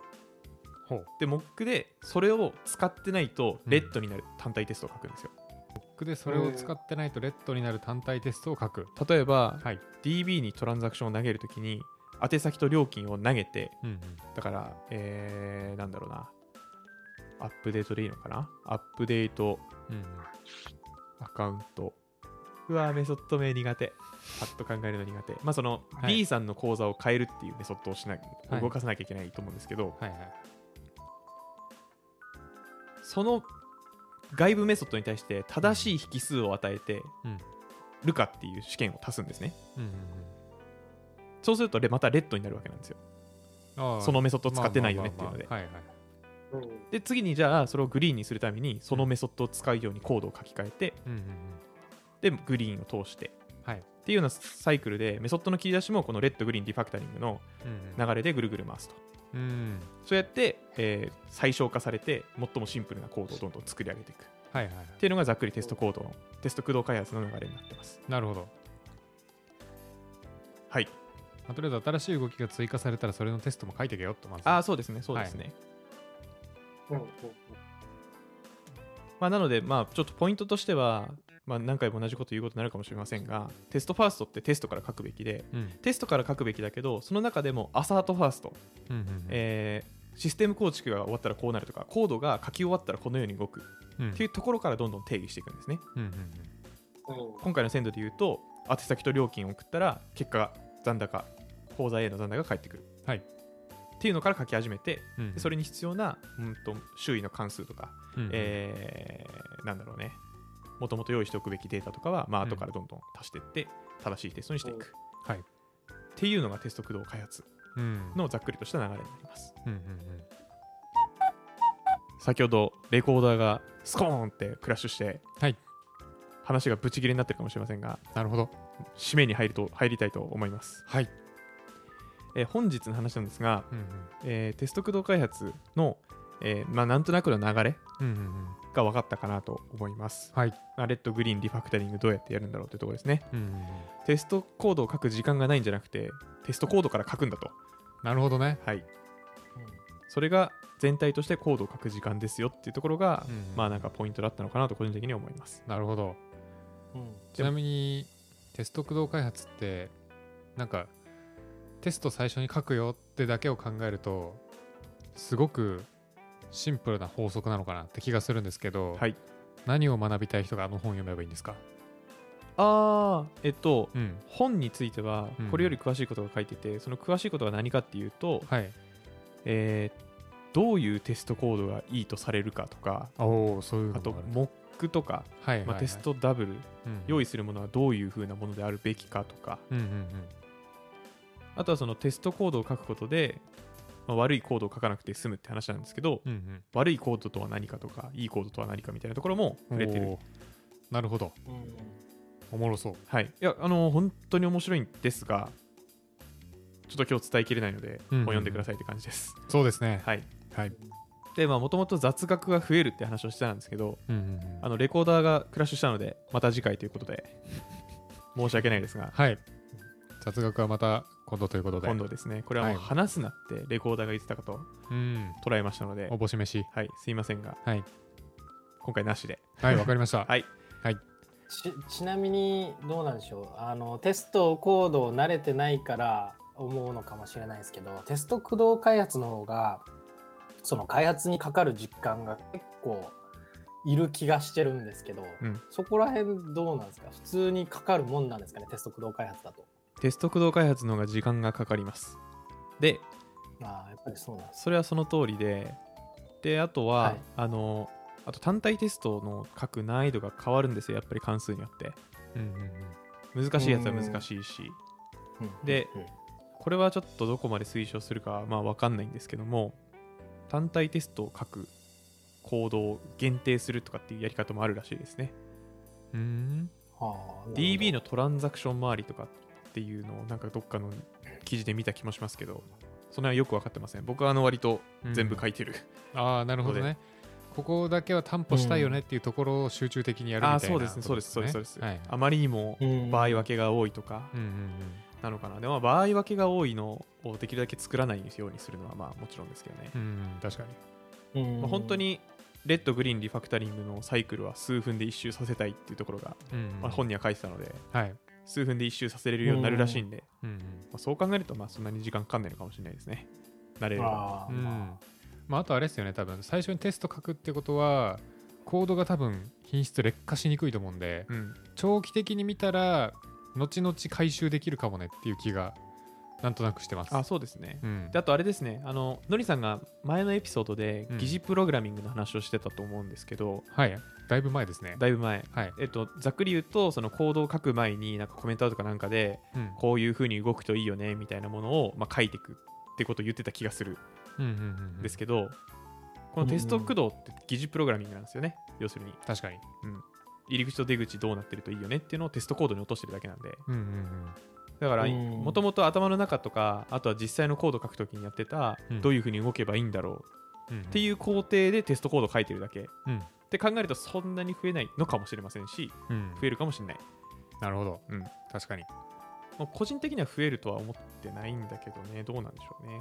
Speaker 2: ほう
Speaker 1: でモックでそれを使ってないと
Speaker 2: うん
Speaker 1: レッドになる単体テストを書くんですよ、
Speaker 2: 僕でそれを使ってないとレッドになる単体テストを書く
Speaker 1: 例えば
Speaker 2: はい
Speaker 1: DB にトランザクションを投げるときに宛先と料金を投げて
Speaker 2: うんうん
Speaker 1: だからえー、なんだろうなアップデートでいいのかなアップデート
Speaker 2: うん
Speaker 1: アカウントうわーメソッド名苦手パッと考えるの苦手まあその
Speaker 2: はい
Speaker 1: B さんの口座を変えるっていうメソッドをしな
Speaker 2: はい
Speaker 1: 動かさなきゃいけないと思うんですけど、
Speaker 2: はいはい
Speaker 1: その外部メソッドに対して正しい引数を与えて
Speaker 2: うん
Speaker 1: るかっていう試験を足すんですね
Speaker 2: うんうん
Speaker 1: そうするとレまたレッドになるわけなんですよ
Speaker 2: うんあー
Speaker 1: そのメソッドを使ってないよねっていうので
Speaker 2: まあまあまあまあはいはい
Speaker 3: うん
Speaker 1: で次にじゃあそれをグリーンにするためにそのメソッドを使うようにコードを書き換えて
Speaker 2: うんうんうん
Speaker 1: でグリーンを通して
Speaker 2: はい
Speaker 1: っていうようなサイクルでメソッドの切り出しもこのレッドグリーンリファクタリングの
Speaker 2: うん
Speaker 1: 流れでぐるぐる回すと
Speaker 2: うんうん
Speaker 1: そうやって、えー最小化されて最もシンプルなコードをどんどん作り上げていくっ
Speaker 2: はいはいはい
Speaker 1: ていうのがざっくりテストコードのテスト駆動開発の流れになってます
Speaker 2: なるほど
Speaker 1: はい
Speaker 2: まあとりあえず新しい動きが追加されたらそれのテストも書いてけよってまず
Speaker 1: ああそうですねそうですね、
Speaker 3: うんうん
Speaker 1: まあ、なので、まあ、ちょっとポイントとしては、まあ、何回も同じこと言うことになるかもしれませんが、テストファーストってテストから書くべきで、
Speaker 2: うんうん
Speaker 1: テストから書くべきだけど、その中でもアサートファースト、
Speaker 2: うんうん
Speaker 1: えーシステム構築が終わったらこうなるとか、コードが書き終わったらこのように動く
Speaker 2: うん
Speaker 1: っていうところからどんどん定義していくんですね。
Speaker 2: うんうんうん
Speaker 3: うん
Speaker 1: 今回の鮮度で言うと、宛先と料金を送ったら、結果、残高、口座への残高が返ってくる。
Speaker 2: はい
Speaker 1: っていうのから書き始めて、
Speaker 2: うん
Speaker 1: でそれに必要な、うんと、周囲の関数とか、
Speaker 2: うんうん
Speaker 1: えーなんだろうね、もともと用意しておくべきデータとかは、まあ後からどんどん足していって、正しいテストにしていく。
Speaker 2: うんはい
Speaker 1: っていうのがテスト駆動開発
Speaker 2: うん
Speaker 1: のざっくりとした流れになります。
Speaker 2: うんうんうん
Speaker 1: 先ほど、レコーダーがスコーンってクラッシュして、
Speaker 2: はい
Speaker 1: 話がブチ切れになってるかもしれませんが、
Speaker 2: なるほど
Speaker 1: 締めに入ると入りたいと思います。
Speaker 2: はい
Speaker 1: えー本日の話なんですが、
Speaker 2: うんうん
Speaker 1: えーテスト駆動開発の、えーまあ、なんとなくの流れ
Speaker 2: うんうんうん
Speaker 1: が分かったかなと思います。
Speaker 2: はい
Speaker 1: まあレッド、グリーン、リファクタリングどうやってやるんだろうというところですね。
Speaker 2: うんうんうん
Speaker 1: テストコードを書く時間がないんじゃなくて、テストコードから書くんだと。
Speaker 2: なるほどね
Speaker 1: はい。それが全体としてコードを書く時間ですよっていうところが、
Speaker 2: うん
Speaker 1: まあなんかポイントだったのかなと個人的に思います。
Speaker 2: なるほど
Speaker 3: うん
Speaker 2: ちなみにテスト駆動開発ってなんかテスト最初に書くよってだけを考えるとすごくシンプルな法則なのかなって気がするんですけど、
Speaker 1: はい。
Speaker 2: 何を学びたい人があの本を読めばいいんですか
Speaker 1: あー、えっと、
Speaker 2: うん
Speaker 1: 本については
Speaker 2: うん、
Speaker 1: これより詳しいことが書いてて、その詳しいことが何かっていうと、
Speaker 2: はい
Speaker 1: えーどういうテストコードがいいとされるかとか、
Speaker 2: おおそういう
Speaker 1: あ
Speaker 2: の
Speaker 1: と、
Speaker 2: がある
Speaker 1: モックとか、
Speaker 2: はいはいはい
Speaker 1: まあ、テストダブル、
Speaker 2: うん
Speaker 1: 用意するものはどういう風なものであるべきかとか、
Speaker 2: うんうん
Speaker 1: あとはそのテストコードを書くことで、まあ悪いコードを書かなくて済むって話なんですけど、
Speaker 2: うんうん
Speaker 1: 悪いコードとは何かとか、いいコードとは何かみたいなところも
Speaker 2: うん
Speaker 1: 触れてる
Speaker 2: お。ーなるほど
Speaker 3: うん
Speaker 2: おもろそう
Speaker 1: はい。いや、あの、本当に面白いんですが、ちょっと今日伝えきれないので、
Speaker 2: うんうんうん
Speaker 1: 本読んでくださいって感じです。
Speaker 2: そうですね
Speaker 1: はい。
Speaker 2: はい
Speaker 1: で、まあ、もともと雑学が増えるって話をしてたんですけど、
Speaker 2: うんうんうん
Speaker 1: あの、レコーダーがクラッシュしたので、また次回ということで、申し訳ないですが、
Speaker 2: はい雑学はまた今度ということで
Speaker 1: 今度ですね、これはもう
Speaker 2: はい
Speaker 1: 話すなってレコーダーが言ってたかと
Speaker 2: うん
Speaker 1: 捉えましたので
Speaker 2: お、ぼし飯
Speaker 1: はい、すいませんが、
Speaker 2: はい
Speaker 1: 今回なしで。
Speaker 2: はいわかりました
Speaker 1: はい。
Speaker 4: ちちなみにどうなんでしょうあのテストコードを慣れてないから思うのかもしれないですけどテスト駆動開発の方がその開発にかかる実感が結構いる気がしてるんですけど、
Speaker 1: うん
Speaker 4: そこら辺どうなんですか普通にかかるもんなんですかねテスト駆動開発だと。
Speaker 1: テスト駆動開発の方が時間がかかりますで
Speaker 4: ああやっぱりそうなんです
Speaker 1: それはその通りでであとは、
Speaker 4: はい
Speaker 1: あのあと単体テストの書く難易度が変わるんですよやっぱり関数によって
Speaker 2: うんうんうん
Speaker 1: 難しいやつは難しいし、
Speaker 4: ね。
Speaker 1: で
Speaker 4: うんうん
Speaker 1: これはちょっとどこまで推奨するかはまあ分かんないんですけども単体テストを書く行動を限定するとかっていうやり方もあるらしいですね
Speaker 2: うーん
Speaker 4: はあ
Speaker 1: DB のトランザクション周りとかっていうのをなんかどっかの記事で見た気もしますけどその辺はよく分かってません僕はあの割と全部書いてる、
Speaker 2: ああなるほどねここだけは担保したいよねっていうところを集中的にやるみた
Speaker 1: あ
Speaker 2: いな
Speaker 1: あそうですね
Speaker 2: こ
Speaker 1: そ
Speaker 2: と
Speaker 1: うですそうですそうです、
Speaker 2: はい
Speaker 1: あまりにも
Speaker 4: うん
Speaker 1: 場合分けが多いとか
Speaker 2: うんうんうん
Speaker 1: なのかなでも場合分けが多いのをできるだけ作らないようにするのはまあもちろんですけどね、
Speaker 2: うんうん確かに
Speaker 4: うん
Speaker 1: まあ、本当にレッドグリーンリファクタリングのサイクルは数分で一周させたいっていうところが、
Speaker 2: うんうん
Speaker 1: まあ、本には書いてたので
Speaker 2: はい
Speaker 1: 数分で一周させれるようになるらしいんで、
Speaker 2: うんうん
Speaker 1: まあ、そう考えるとまあそんなに時間かかんないのかもしれないですね慣れれば
Speaker 4: ああ、
Speaker 2: うん
Speaker 4: ま
Speaker 2: まあ、あとあれですよね多分最初にテスト書くってことはコードが多分品質劣化しにくいと思うんで
Speaker 1: うん
Speaker 2: 長期的に見たら後々回収できるかもねっていう気がなんとなくしてます
Speaker 1: あそうですね
Speaker 2: うん
Speaker 1: であとあれですねあののりさんが前のエピソードで
Speaker 2: うん
Speaker 1: 疑似プログラミングの話をしてたと思うんですけど、
Speaker 2: はいだいぶ前ですね
Speaker 1: だいぶ前
Speaker 2: はい、
Speaker 1: えっと、ざっくり言うとそのコードを書く前になんかコメントとかなんかで
Speaker 2: うん
Speaker 1: こういう風に動くといいよねみたいなものを、まあ、書いていくってことを言ってた気がする
Speaker 2: うんうんうんうん
Speaker 1: んですけど、このテスト駆動って疑似プログラミングなんですよね要するに
Speaker 2: 確かに
Speaker 1: 入り口と出口どうなってるといいよねっていうのをテストコードに落としてるだけなんで
Speaker 2: うんうん
Speaker 1: だから
Speaker 4: うん
Speaker 1: もともと頭の中とかあとは実際のコード書くときにやってた、
Speaker 2: うん
Speaker 1: どういう風に動けばいいんだろ
Speaker 2: うん
Speaker 1: うっていう工程でテストコード書いてるだけっ
Speaker 2: うん
Speaker 1: て考えるとそんなに増えないのかもしれませんし
Speaker 2: うん
Speaker 1: 増えるかもしれない
Speaker 2: なるほど、
Speaker 1: うん
Speaker 2: 確かに
Speaker 1: もう個人的には増えるとは思ってないんだけどね、どうなんでしょうね。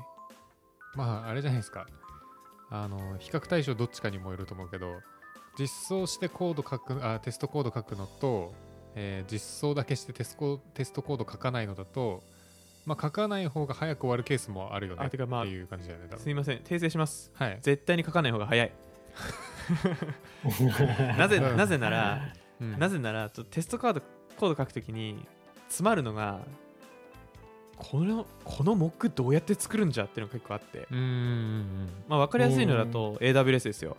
Speaker 2: まああれじゃないですかあの比較対象どっちかにもよると思うけど実装してコード書くあテストコード書くのと、えー実装だけしてテスコテストコード書かないのだと、まあ、書かない方が早く終わるケースもあるよね
Speaker 1: あ
Speaker 2: って
Speaker 1: て
Speaker 2: い
Speaker 1: かまあ
Speaker 2: う感じだよね多
Speaker 1: す
Speaker 2: 分
Speaker 1: いません、訂正します。
Speaker 2: はい、
Speaker 1: 絶対に書かない方が早 い。なぜ
Speaker 2: うん
Speaker 1: なぜなら、
Speaker 2: うん
Speaker 1: なぜなら、ちょっとテストカードコード書くときに、詰まるのが、このこのモックどうやって作るんじゃっていうのが結構あって、
Speaker 2: うーん
Speaker 1: まあ、分かりやすいのだと AWS ですよ。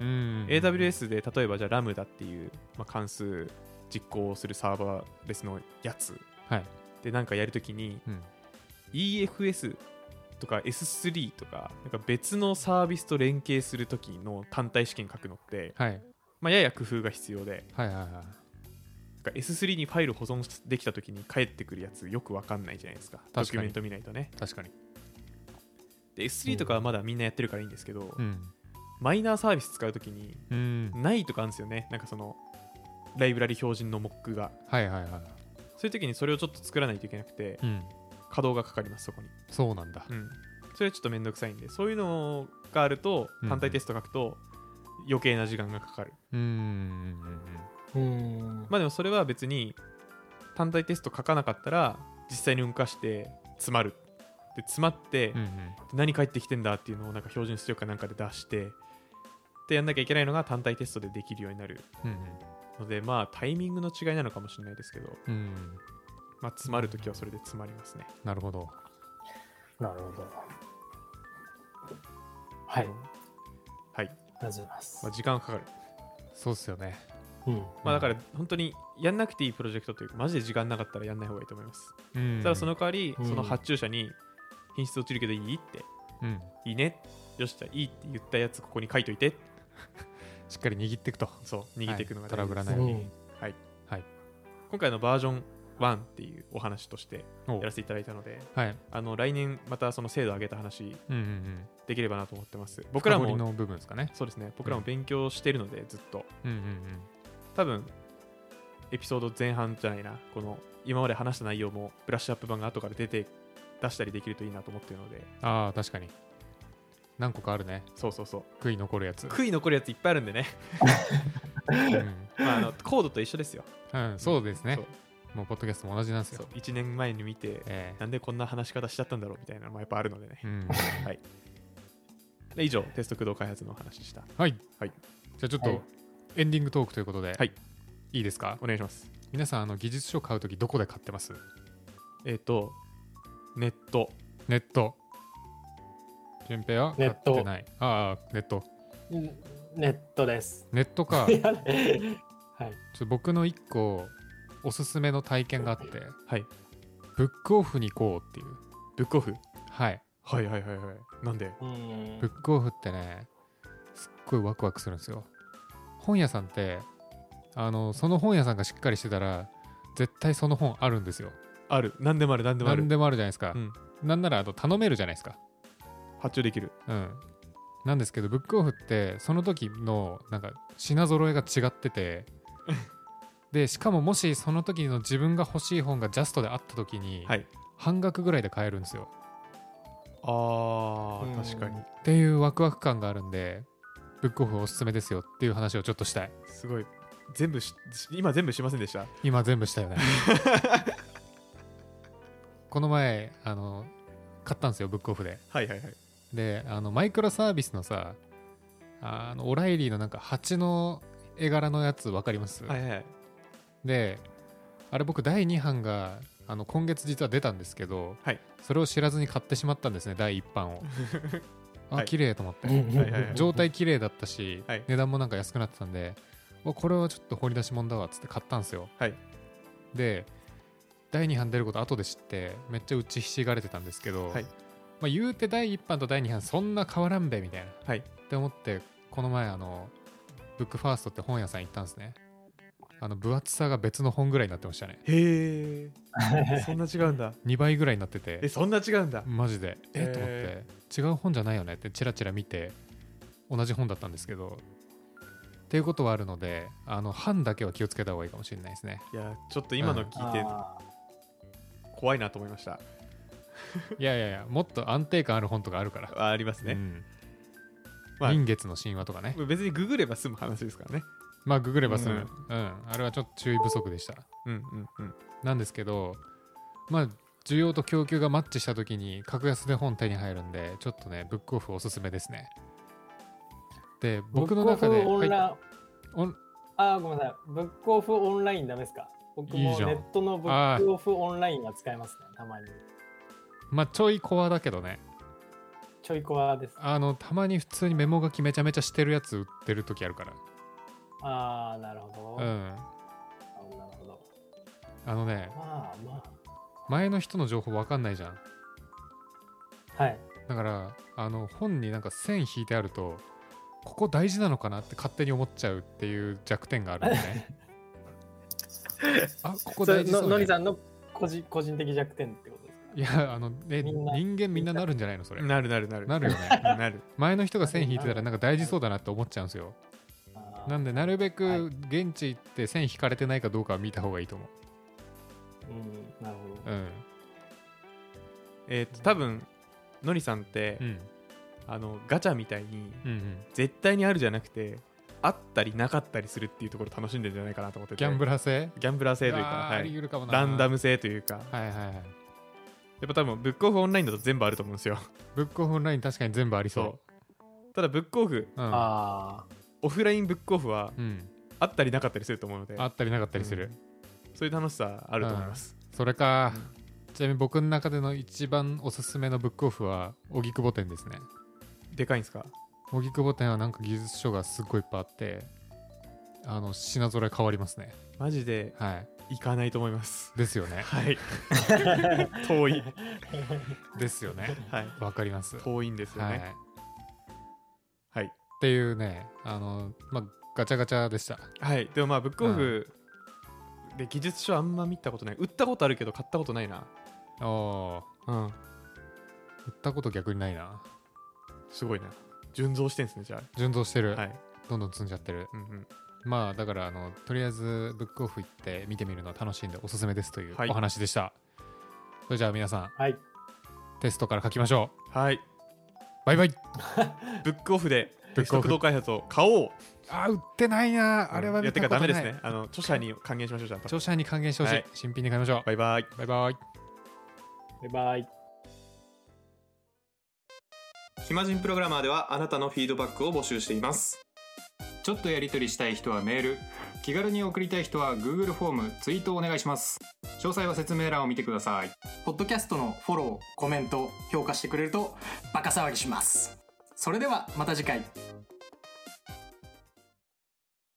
Speaker 2: うん
Speaker 1: AWS で例えばじゃあ Lambda っていう、まあ、関数実行するサーバーレスのやつ
Speaker 2: はい、
Speaker 1: でなんかやるときに、
Speaker 2: うん
Speaker 1: EFS とか S3 とかなんか別のサービスと連携するときの単体試験書くのって、
Speaker 2: はい、
Speaker 1: まあ、やや工夫が必要で
Speaker 2: はいはいはい
Speaker 1: なんか S3 にファイル保存できたときに返ってくるやつよくわかんないじゃないですか
Speaker 2: か
Speaker 1: ド
Speaker 2: に
Speaker 1: キュメント見ないとね
Speaker 2: 確かに、
Speaker 1: で S3 とかはまだみんなやってるからいいんですけど、
Speaker 2: うん
Speaker 1: マイナーサービス使うときに
Speaker 2: うん、
Speaker 1: ないとかあるんですよねなんかそのライブラリ標準のモックが
Speaker 2: はいはいはい、
Speaker 1: そういうときにそれをちょっと作らないといけなくて
Speaker 2: うん、
Speaker 1: 稼働がかかりますそこに
Speaker 2: そうなんだ、
Speaker 1: うん、それはちょっとめんどくさいんでそういうのがあると
Speaker 2: うん
Speaker 1: 単体テスト書くと余計な時間がかかる、
Speaker 2: うんうんうんうん
Speaker 4: うん
Speaker 1: まあでもそれは別に単体テスト書かなかったら実際に動かして詰まるで詰まって、
Speaker 2: うんうん
Speaker 1: 何返ってきてんだっていうのをなんか標準出力かなんかで出してでやんなきゃいけないのが単体テストでできるようになる
Speaker 2: うん
Speaker 1: のでまあタイミングの違いなのかもしれないですけど、
Speaker 2: うんうん
Speaker 1: まあ、詰まるときはそれで詰まりますね
Speaker 2: なるほど
Speaker 4: なるほど。はい、あり
Speaker 1: はい、
Speaker 4: がとうございます
Speaker 1: まあ、。時間はかかる
Speaker 2: そうっすよね
Speaker 4: うん
Speaker 1: まあだから本当にやんなくていいプロジェクトというかマジで時間なかったらやんない方がいいと思います
Speaker 2: うん
Speaker 1: ただその代わり、
Speaker 4: うん
Speaker 1: その発注者に品質落ちるけどいいって、
Speaker 2: うん
Speaker 1: いいね。よし、じゃあいいって言ったやつここに書いといて。
Speaker 2: しっかり握っていくと
Speaker 1: そう、逃げていくのが
Speaker 2: はいトラ
Speaker 1: 大
Speaker 2: ブ
Speaker 1: 事で
Speaker 2: ら
Speaker 1: す、
Speaker 2: ないように、
Speaker 4: うん
Speaker 1: はい。
Speaker 2: はい
Speaker 1: 今回のバージョン1っていうお話として
Speaker 2: お
Speaker 1: やらせていただいたので、
Speaker 2: はい
Speaker 1: あの来年またその精度上げた話
Speaker 2: うんうんうん
Speaker 1: できればなと思ってます。僕ら
Speaker 2: 深掘り
Speaker 1: も、
Speaker 2: の部分ですかね
Speaker 1: そうですね、僕らも勉強してるので、ずっと。
Speaker 2: うんうん
Speaker 1: 多分エピソード前半じゃないな、この今まで話した内容もブラッシュアップ版が後から出て、出したりできるといいなと思ってるので、
Speaker 2: うんああ確かに何個かあるね
Speaker 1: そうそうそう。
Speaker 2: 悔い残るやつ、
Speaker 1: 悔い残るやついっぱいあるんでね。
Speaker 2: うん
Speaker 1: まあ、あのコードと一緒ですよ。
Speaker 2: うん、そうですね
Speaker 1: そう
Speaker 2: もうポッドキャストも同じなんです
Speaker 1: そう
Speaker 2: よ。
Speaker 1: 1年前に見て
Speaker 2: え
Speaker 1: なんでこんな話し方しちゃったんだろうみたいなのもやっぱあるの でね
Speaker 2: え、うん。
Speaker 1: はいで以上テスト駆動開発のお話でした
Speaker 2: はい。
Speaker 1: はい
Speaker 2: じゃあちょっと、
Speaker 4: はい
Speaker 2: エンディングトークということで、
Speaker 1: はい。
Speaker 2: いいですか
Speaker 1: お願いします
Speaker 2: 皆さん、あの技術書買うときどこで買ってます
Speaker 1: えっ、とネット
Speaker 2: ネット。順平は買
Speaker 4: ネ
Speaker 2: っ
Speaker 4: ット
Speaker 2: てない。ああ、ネット。
Speaker 4: うんネットです。
Speaker 2: ネット か。
Speaker 4: い
Speaker 2: ち ょ
Speaker 4: やはい。
Speaker 2: っと僕の一個おすすめの体験があって、
Speaker 1: はい
Speaker 2: ブックオフに行こうっていう。
Speaker 1: ブックオフ
Speaker 2: はい。
Speaker 1: はいはいはいはいなんで
Speaker 4: うん
Speaker 2: ブックオフってね、すっごいワクワクするんですよ。本屋さんって、あの、その本屋さんがしっかりしてたら、絶対その本あるんですよ。
Speaker 1: ある何でもある何でもあ
Speaker 2: 何
Speaker 1: る
Speaker 2: でもあるじゃないですか。
Speaker 1: うん
Speaker 2: なんなら、あと頼めるじゃないですか。
Speaker 1: 発注できる
Speaker 2: うん。なんですけど、ブックオフって、その時の、なんか、品揃えが違っ てて、で、しかももしその時の自分が欲しい本がジャストであった時に、
Speaker 1: はい
Speaker 2: 半額ぐらいで買えるんですよ。
Speaker 1: あ
Speaker 4: うん
Speaker 1: ー確かに
Speaker 2: っていうワクワク感があるんで、ブックオフおすすめですよっていう話をちょっとしたい。
Speaker 1: すごい全部しし今全部しませんでした
Speaker 2: 今全部した よねこの前あの買ったんですよブックオフで
Speaker 1: はいはいはい
Speaker 2: であのマイクロサービスのさあのオライリーのなんか蜂の絵柄のやつ分かります、
Speaker 1: はいはいはい
Speaker 2: であれ僕第2版があの今月実は出たんですけど、
Speaker 1: はい
Speaker 2: それを知らずに買ってしまったんですね第1版を あ
Speaker 1: はい
Speaker 2: 綺麗と思って、
Speaker 1: はいはい はい
Speaker 2: 状態綺麗だったし、
Speaker 1: はい
Speaker 2: 値段もなんか安くなってたんでうわこれはちょっと掘り出し物だわっつって買ったんですよ、
Speaker 1: はい
Speaker 2: で第2版出ること後で知ってめっちゃ打ちひしがれてたんですけど、
Speaker 1: はい
Speaker 2: まあ、言うて第1版と第2版そんな変わらんべみたいなっ
Speaker 1: はい
Speaker 2: て思ってこの前あのブックファーストって本屋さん行ったんですねあの分厚さが別の本ぐらいになってましたね
Speaker 1: へえそんな違うんだ
Speaker 2: 2倍ぐらいになってて
Speaker 1: えそんな違うんだ
Speaker 2: マジでえ
Speaker 1: へー
Speaker 2: と思って違う本じゃないよねってチラチラ見て同じ本だったんですけどっていうことはあるのであの版だけは気をつけた方がいいかもしれない ですね
Speaker 1: いやちょっと今の聞いて
Speaker 4: あ
Speaker 1: 怖いなと思いました、
Speaker 2: いやいやいやもっと安定感ある本とかあるから、
Speaker 1: あありますね、
Speaker 2: うん
Speaker 1: まあ
Speaker 2: 臨月の神話とかね
Speaker 1: 別にググれば済む話ですからね
Speaker 2: まあググればすぐ、
Speaker 1: う
Speaker 2: うんんあれはちょっと注意不足でした
Speaker 1: うんうんうん
Speaker 2: なんですけどまあ需要と供給がマッチした時に格安で本手に入るんでちょっとねブックオフおすすめですねで
Speaker 4: ー
Speaker 2: 僕の中で
Speaker 4: ブックオフオンライン
Speaker 2: はいオン
Speaker 4: あー、ごめんなさい。ブックオフオンラインダメですか僕
Speaker 2: いい
Speaker 4: も
Speaker 2: じゃん
Speaker 4: ネットのブックオフオンラインは使えますね、たまに。
Speaker 2: まあちょいコアだけどね
Speaker 4: ちょいコアです。
Speaker 2: あのたまに普通にメモ書きめちゃめちゃしてるやつ売ってる時あるから
Speaker 4: ああ、なるほど。
Speaker 2: う
Speaker 4: なる
Speaker 2: ん
Speaker 4: ほど。
Speaker 2: あのね
Speaker 4: まあま
Speaker 2: 前の人の情報わかんないじゃん
Speaker 4: あ。はい。
Speaker 2: だからあの本になんか線引いてあるとここ大事なのかなって勝手に思っちゃうっていう弱点があるんで ねあここ
Speaker 4: それ
Speaker 2: 大事
Speaker 4: の
Speaker 2: そう
Speaker 4: のり
Speaker 2: ね
Speaker 4: さんの個人個人的弱点ってことですか
Speaker 2: いやあのえ
Speaker 4: みんな
Speaker 2: 人間みんななるんじゃないのそれ
Speaker 1: なるなるなる
Speaker 2: なるよね
Speaker 1: なる
Speaker 2: 前の人が線引いてたらなんか大事そうだなって思っちゃうんですよ
Speaker 4: あー
Speaker 2: なんでなるべ
Speaker 4: はい
Speaker 2: く現地行って線引かれてないかどうかは見た方がいいと思
Speaker 4: うん、なる
Speaker 2: ううん
Speaker 1: えっ、と多分のりさんって、
Speaker 2: うん
Speaker 1: あのガチャみたいに
Speaker 2: うんうん
Speaker 1: 絶対にあるじゃなくてあったりなかったりするっていうところ楽しんでるんじゃないかなと思ってて
Speaker 2: ギャンブ
Speaker 1: ラ
Speaker 2: ラー性
Speaker 1: ギャンブラー性というか、
Speaker 2: あー
Speaker 1: は
Speaker 2: あり
Speaker 1: い、
Speaker 2: 得るかもな
Speaker 1: ランダム性というか
Speaker 2: はいはいはい
Speaker 1: やっぱ多分ブックオフオンラインだと全部あると思うんですよ
Speaker 2: ブックオフオンライン確かに全部ありそう
Speaker 1: そうただブックオフ
Speaker 2: う、ん
Speaker 4: あ
Speaker 1: オフラインブックオフは
Speaker 2: うん、
Speaker 1: あったりなかったりすると思うので
Speaker 2: あったりなかったりする、
Speaker 1: そういう楽しさあると思います、
Speaker 2: それか、ちなみに僕の中での一番おすすめのブックオフは荻窪店ですね
Speaker 1: でかいんですか
Speaker 2: 荻窪店はなんか技術書がすっごいいっぱいあってあの品揃え変わりますね
Speaker 1: マジで
Speaker 2: はい
Speaker 1: 行かないと思います
Speaker 2: ですよ ね
Speaker 1: はい遠い
Speaker 2: ですよね
Speaker 1: はい
Speaker 2: わかります
Speaker 1: 遠いんですよ
Speaker 2: はい、っ
Speaker 1: ねはい
Speaker 2: ていうねあのまあガチャガチャでした
Speaker 1: はい、でもまあブックオフで技術書あんま見たことない売ったことあるけど買ったことないな
Speaker 2: おお
Speaker 1: うん
Speaker 2: 売ったこと逆にないな
Speaker 1: すごいな順増してんすねじゃ
Speaker 2: 順増してる、
Speaker 1: あはい、
Speaker 2: どんどん積んじゃってる
Speaker 1: うんうん、
Speaker 2: まあだからあのとりあえずブックオフ行って見てみるのは楽しいんでおすすめですという
Speaker 1: はい
Speaker 2: お話でした、それじゃあ皆さん
Speaker 4: あ。はい。
Speaker 2: テストから書きましょう
Speaker 1: はい
Speaker 2: バイバイ
Speaker 1: ブックオフで
Speaker 2: ブックオ
Speaker 1: 食
Speaker 2: フ
Speaker 1: 堂開発を買おう
Speaker 2: あー売ってないなあれは
Speaker 1: うんいや
Speaker 2: 見
Speaker 1: て
Speaker 2: た
Speaker 1: かダ
Speaker 2: ことな
Speaker 1: メ
Speaker 2: い、
Speaker 1: ですねあの著者に還元しましょうじゃあ
Speaker 2: 著者に還元してほしい、
Speaker 1: はい
Speaker 2: 新品で買いましょう
Speaker 1: バイバイ
Speaker 2: バイバイ
Speaker 4: バイバイ。
Speaker 5: 暇人プログラマーではあなたのフィードバックを募集していますちょっとやり取りしたい人はメール気軽に送りたい人は Google フォームツイートお願いします詳細は説明欄を見てください
Speaker 6: ポッドキャストのフォロー、コメント、評価してくれるとバカ騒ぎします。それではまた次回。